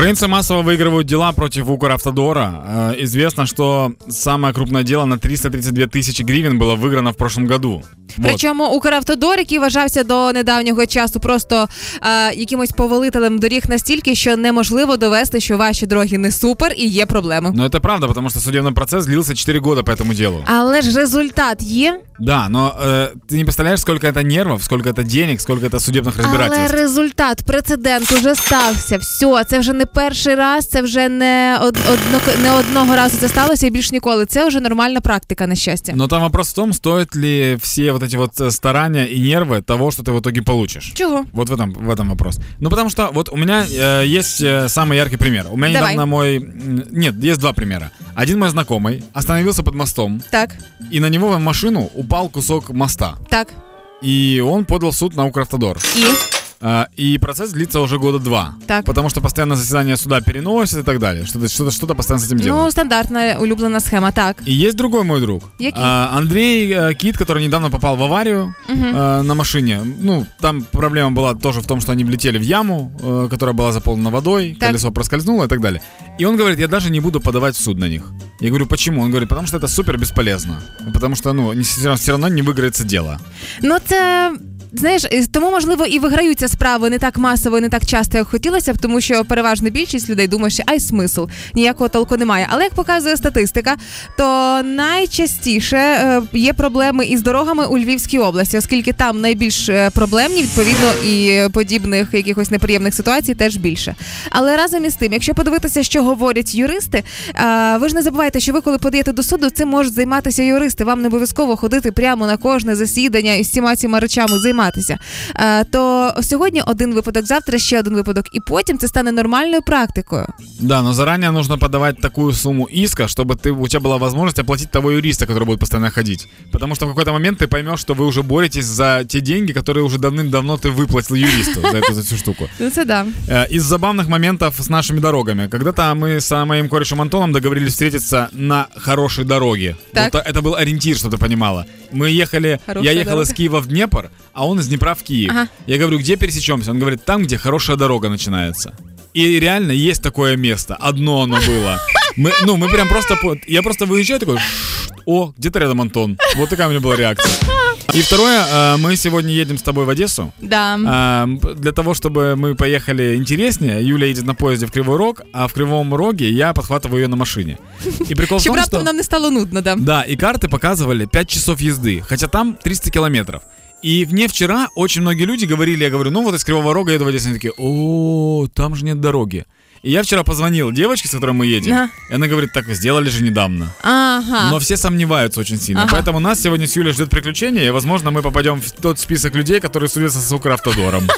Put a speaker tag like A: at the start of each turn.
A: Украинцы массово выигрывают дела против Укравтодора. Э, Известно, что самое крупное дело на 332 тысячи гривен было выиграно в прошлом году. Вот.
B: Причому Укравтодор, який вважався до недавнього часу просто е, якимось повелителем доріг настільки, що неможливо довести, що ваші дороги не супер і є проблеми.
A: Но это правда, потому что судебный процесс длился 4 года по этому делу.
B: Але ж результат є,
A: Да, но э, ты не представляешь, сколько это нервов, сколько это денег, сколько это судебных
B: але
A: разбирательств.
B: результат, прецедент уже стався. Все, це вже не перший раз, це вже не од- одно- не одного разу це сталося і більш ніколи. Це вже нормальна практика, на щастя.
A: Но там вопрос в том, стоят ли все вот эти вот э, старания и нервы того, что ты в итоге получишь.
B: Чого?
A: Вот в этом, в этом вопрос. Ну, потому что вот у меня э, есть э, самый яркий пример. У меня
B: Давай.
A: недавно мой... м, Нет, есть два примера. Один мой знакомый остановился под мостом,
B: Так,
A: и на него в машину упал кусок моста.
B: так.
A: И он подал в суд на Укравтодор.
B: І
A: А, И процесс длится уже года два.
B: Так.
A: Потому что постоянно заседания суда переносят и так далее. Что-то что что постоянно с этим
B: ну
A: делают.
B: стандартна улюблена схема. Так.
A: И есть другой мой друг.
B: Який?
A: А, Андрей э, Кит, который недавно попал в аварию
B: Мгм.
A: э, на машине. Ну, там проблема была тоже в том, что они влетели в яму, э, которая была заполнена водой,
B: Так.
A: колесо проскользнуло и так далее. И он говорит, я даже не буду подавать в суд на них. Я говорю, почему? Он говорит, потому что это супер бесполезно. Потому что, ну, все равно не выиграется дело.
B: Ну це. Знаєш, і тому можливо і виграються справи не так масово, і не так часто, як хотілося б, тому що переважна більшість людей думає, що ай смисл ніякого толку немає. Але як показує статистика, то найчастіше е, є проблеми із дорогами у Львівській області, оскільки там найбільш е, проблемні, відповідно, і подібних якихось неприємних ситуацій теж більше. Але разом із тим, якщо подивитися, що говорять юристи, е, ви ж не забувайте, що ви коли подаєте до суду, цим можуть займатися юристи. Вам не обов'язково ходити прямо на кожне засідання і всіма цими речами займатися. Е, То сьогодні один випадок, завтра ще один випадок, і потім це стане нормальною практикою.
A: Да, но заранее нужно подавать такую сумму иска, чтобы ты, у тебя была возможность оплатить того юриста, который будет постоянно ходить. Потому что в какой-то момент ты поймешь, что вы уже боретесь за те деньги, которые уже давным-давно ты выплатил юристу за эту за всю штуку.
B: Ну це да.
A: Э, Из забавных моментов с нашими дорогами. Когда-то мы с а, моим корешем Антоном договорились встретиться на хорошей дороге.
B: Так.
A: Вот это был ориентир, чтобы ты понимала. Мы ехали,
B: Хорошая
A: я ехал
B: дорога.
A: из Києва в Днепр, а он из Днепра в Киев.
B: Ага.
A: Я говорю, где пересечемся? Он говорит, там, где хорошая дорога начинается. И реально есть такое место. Одно оно было. Мы, ну, мы прям просто... по- Я просто выезжаю такой... «Шш, О, где-то рядом Антон. Вот такая у меня была реакция. И второе, э, мы сегодня едем с тобой в Одессу.
B: Да.
A: А, м, для того, чтобы мы поехали интереснее, Юля едет на поезде в Кривой Рог, а в Кривом Роге я подхватываю ее на машине. И прикол в
B: Щоб
A: том,
B: раптом
A: что...
B: нам не стало нудно, да.
A: Да, и карты показывали 5 часов езды, хотя там 300 километров. И мне вчера очень многие люди говорили, я говорю, ну вот из Кривого Рога еду в Одессу. Они такие, о, там же нет дороги. И я вчера позвонил девочке, с которой мы едем,
B: Да.
A: и она говорит, так сделали же недавно.
B: Ага.
A: Но все сомневаются очень сильно.
B: Ага.
A: Поэтому нас сегодня с Юлей ждет приключение, и, возможно, мы попадем в тот список людей, которые судятся с Укравтодором.